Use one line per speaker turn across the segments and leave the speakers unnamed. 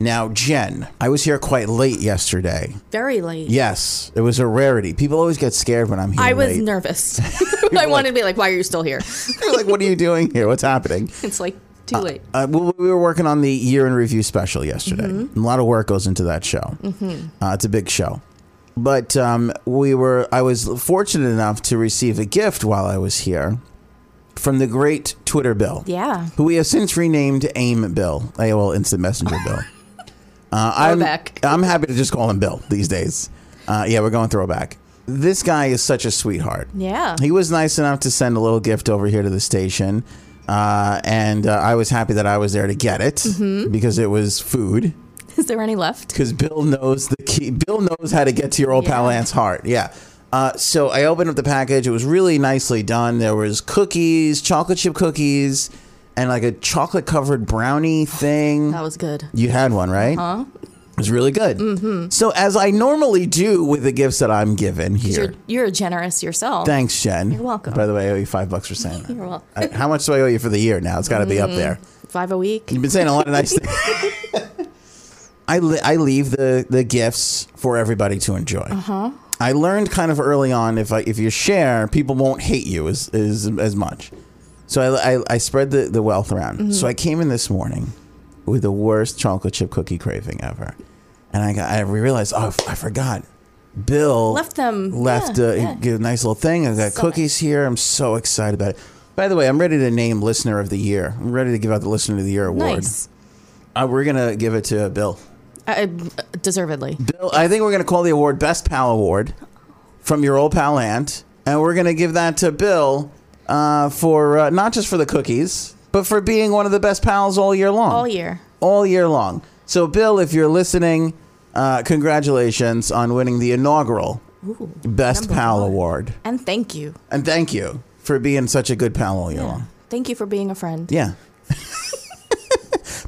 Now, Jen, I was here quite late yesterday.
Very late.
Yes, it was a rarity. People always get scared when I'm here.
I was
late.
nervous. I wanted to be like, why are you still here?
They're like, what are you doing here? What's happening?
It's like too late.
Uh, we, we were working on the year in review special yesterday.
Mm-hmm.
A lot of work goes into that show. Uh, it's a big show, but um, we were. I was fortunate enough to receive a gift while I was here from the great Twitter Bill.
Yeah.
who we have since renamed AIM Bill, AOL Instant Messenger Bill. Uh,
Throwback.
I'm, I'm happy to just call him Bill these days. Uh, yeah, we're going throwback. This guy is such a sweetheart.
Yeah.
He was nice enough to send a little gift over here to the station. Uh, and uh, I was happy that I was there to get it because it was food.
Is there any left?
Because Bill knows the key. Bill knows how to get to your old pal Ant's heart. Yeah. Uh, so I opened up the package. It was really nicely done. There was cookies, chocolate chip cookies, and like a chocolate covered brownie thing.
That was good.
You had one, right? Huh? It was really good. Uh-huh. Mm-hmm. So as I normally do with the gifts that I'm given here.
You're, you're generous yourself.
Thanks, Jen. You're
welcome.
By the way, I owe you five bucks for saying that.
You're welcome. Mm.
Uh, How much do I owe you for the year now? It's got to be up there.
Five a week.
You've been saying a lot of nice things. I, li- I leave the, the gifts for everybody to enjoy. Uh-huh. I learned kind of early on if I, if you share, people won't hate you as as, as much. So I, I, I spread the, the wealth around.
Mm-hmm.
So I came in this morning with the worst chocolate chip cookie craving ever, and I got I realized oh f- I forgot. Bill
Left them.
left
Yeah,
uh,
yeah.
a nice little thing. I've got cookies here. I'm so excited about it. By the way, I'm ready to name listener of the year. I'm ready to give out the listener of the year award.
Nice.
Uh, we're gonna give it to Bill.
I, I- deservedly.
Bill, I think we're going to call the award Best Pal Award from your old pal Ant, and we're going to give that to Bill uh, for uh, not just for the cookies, but for being one of the best pals all year long.
All year.
All year long. So, Bill, if you're listening, uh, congratulations on winning the inaugural Best
number
Pal
one.
Award,
And thank you.
and thank you for being such a good pal all year long.
Thank you for being a friend.
Yeah.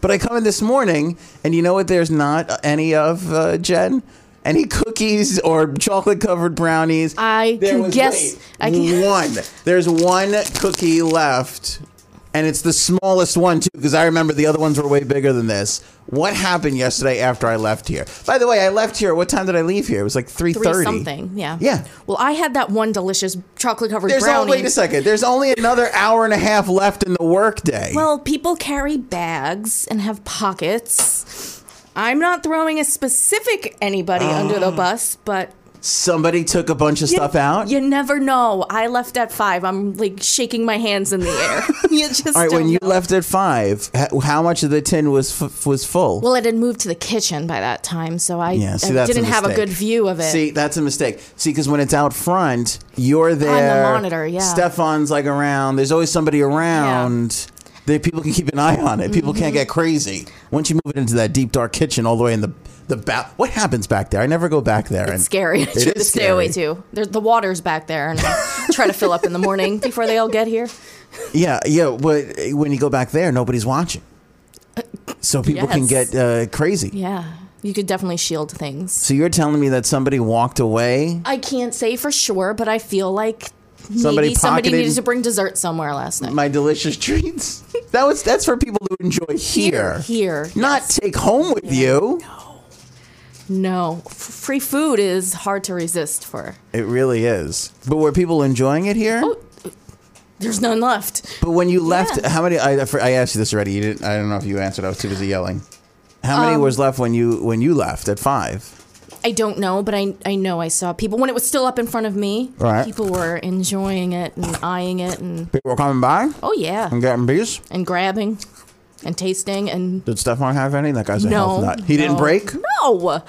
but I come in this morning, and you know what? There's not any of uh, Jen, any cookies or chocolate covered brownies.
I can guess-
wait,
I can-
one. There's one cookie left, and it's the smallest one too. Because I remember the other ones were way bigger than this. What happened yesterday after I left here? By the way, I left here. What time did I leave here? It was like three
Three
thirty.
something. Yeah.
Yeah.
Well, I had that one delicious chocolate covered
There's
brownie.
only, wait a second. There's only another hour and a half left in the workday.
Well, people carry bags and have pockets. I'm not throwing a specific anybody under the bus, but
somebody took a bunch of Ah. stuff out.
You never know. I left at five. I'm like shaking my hands in the air. you just
All right,
don't
when you
know.
left at five, h- how much of the tin was f- was full?
Well, it had moved to the kitchen by that time, so I,
yeah, see,
I
that's
didn't have a
mistake.
good view of it.
See, that's a mistake. See, because when it's out front, you're there.
monitor, yeah.
Stefan's like around. There's always somebody around. That people can keep an eye on it. People
Mm-hmm.
can't get crazy. Once you move it into that deep dark kitchen, all the way in the the back. What happens back there? I never go back there. and
it's scary. I
It
tried to
is
stay away
scary.
too. There, the water's back there, and I try to fill up in the morning before they all get here.
Yeah, yeah. But when you go back there, nobody's watching, so people can
Uh, Yes.
get uh, crazy.
Yeah, you could definitely shield things.
So you're telling me that somebody walked away
I can't say for sure, but I feel like
Somebody
maybe somebody
pocketed-
needed to bring dessert somewhere last night.
my delicious treats. That was that's for people to enjoy here.
Here,
Not take home with you.
no, F- free food is hard to resist for.
It really is. But were people enjoying it here?
Oh, There's none left.
But when you left,
Yeah.
how many? I, I asked you this already. You didn't. I don't know if you answered. I was too busy yelling. How
Um,
many was left when you when you left at five?
I don't know, but I I know I saw people when it was still up in front of me.
Right.
People were enjoying it and eyeing it and
People were coming by
oh yeah,
and getting beers.
and grabbing and tasting and
Did Stefan have any? That guy's a
no.
health nut. He didn't
no,
break.
No.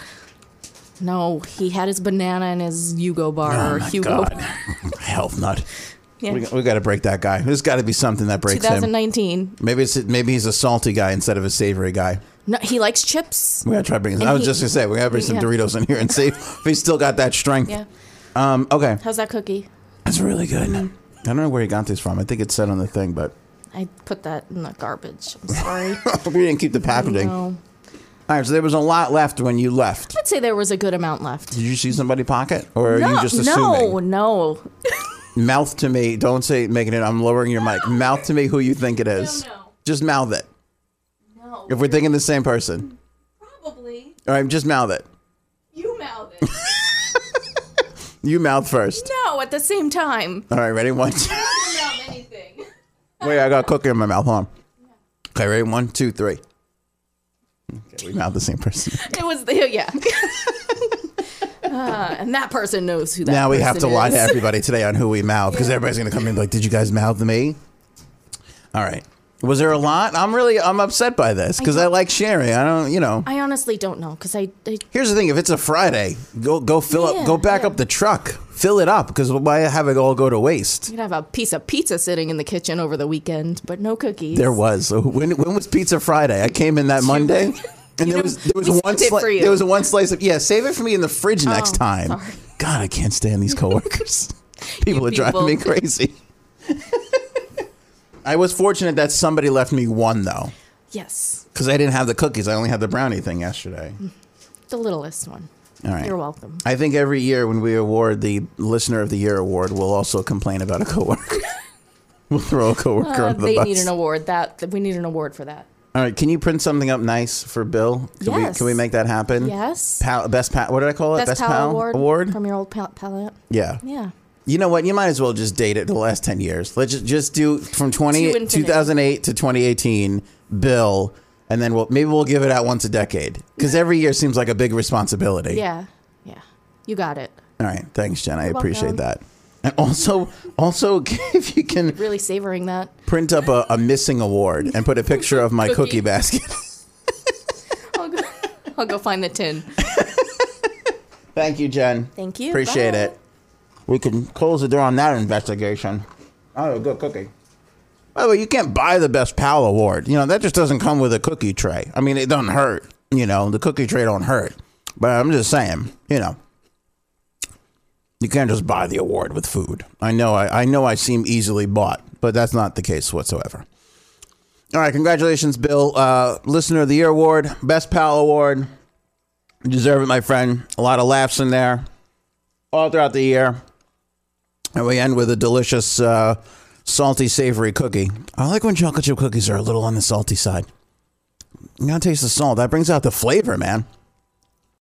No, he had his banana and his Hugo bar or Hugo.
Oh, God, health nut.
Yeah.
We, we got to break that guy. There's got to be something that breaks him.
2019.
Maybe it's maybe he's a salty guy instead of a savory guy.
No, he likes chips.
We gotta try bringing.
And
I was
he-
just gonna say we gotta bring some
yeah.
Doritos in here and see if he's still got that strength.
Yeah.
Um. Okay.
How's that cookie?
That's really good.
Mm-hmm.
I don't know where he got this from. I think it said on the thing, but
I put that in the garbage. I'm sorry.
we didn't keep the packaging. All
no.
right. So there was a lot left when you left.
I'd say there was a good amount left.
Did you see somebody pocket, or are you
no,
just
no,
assuming?
no.
Mouth to me. Don't say making it. I'm lowering your mic. Mouth to me who you think it is.
No, no.
Just mouth it.
No.
If we're thinking the same person,
Probably
all right. Just mouth it.
you mouth it.
You mouth first.
no, at the same time.
All right. Ready? One. two-
Mouth anything.
Wait, I got a cookie in my mouth. Hold on. Okay, ready? One, two, three. Okay, we mouth the same person.
It was the yeah. Uh, and that person knows who that.
now we have to
person
lie
is.
to everybody today on who we mouth because everybody's going to come in and be like, "Did you guys mouth me?" All right. Was there a lot? I'm really I'm upset by this because I, like sharing. I don't, you know.
I honestly don't know because I, I
Here's the thing: if it's a Friday, go go fill up,
Yeah,
go back
yeah.
up the truck, fill it up because why have it all go to waste?
could have a piece of pizza sitting in the kitchen over the weekend, but no cookies.
There was so when when was Pizza Friday? I came in that Monday, and there
know,
was there was
we saved
one
it for
sli-
you.
there was one slice of yeah. Save it for me in the fridge next
Oh,
time.
sorry.
God, I can't stand these coworkers. people
You
are driving me
people.
crazy. I was fortunate that somebody left me one though,
Yes,
because I didn't have the cookies. I only had the brownie thing yesterday.
the littlest one.
All right.
Mm. You're welcome.
I think every year when we award the Listener of the Year award, we'll also complain about a coworker. we'll throw a coworker
Uh,
under the
they
bus.
need an award. That we need an award for that.
All right, can you print something up nice for Bill? Can we
Yes.
can we make that happen?
Yes.
Pal, best pal. What did I call it?
Oh, Best, pal, award,
award?
from your old pal- palette.
Yeah.
Yeah.
You know what? You might as well just date it to the last 10 years. Let's just, just do from 20,
To infinite.
2008 to 2018, Bill, and then we'll maybe we'll give it out once a decade cuz every year seems like a big responsibility.
Yeah. Yeah. You got it.
All right. Thanks, Jen. I appreciate
welcome.
that. And also also if you can
Really savoring that.
print up a, a missing award and put a picture of my cookie
Cookie.
basket.
I'll go, I'll go find the tin.
Thank you, Jen.
Thank you.
Appreciate
Bye.
it. We can close the door on that investigation. Oh, good cookie. By the way, you can't buy the Best Pal Award. You know, that just doesn't come with a cookie tray. I mean, it doesn't hurt. You know, the cookie tray don't hurt. But I'm just saying, you know, you can't just buy the award with food. I know I, I know I seem easily bought, but that's not the case whatsoever. All right, congratulations, Bill. Uh, Listener of the Year Award, Best Pal Award. You deserve it, my friend. A lot of laughs in there all throughout the year. And we end with a delicious, uh, salty, savory cookie. I like when chocolate chip cookies are a little on the salty side. You gotta taste the salt. That brings out the flavor, man.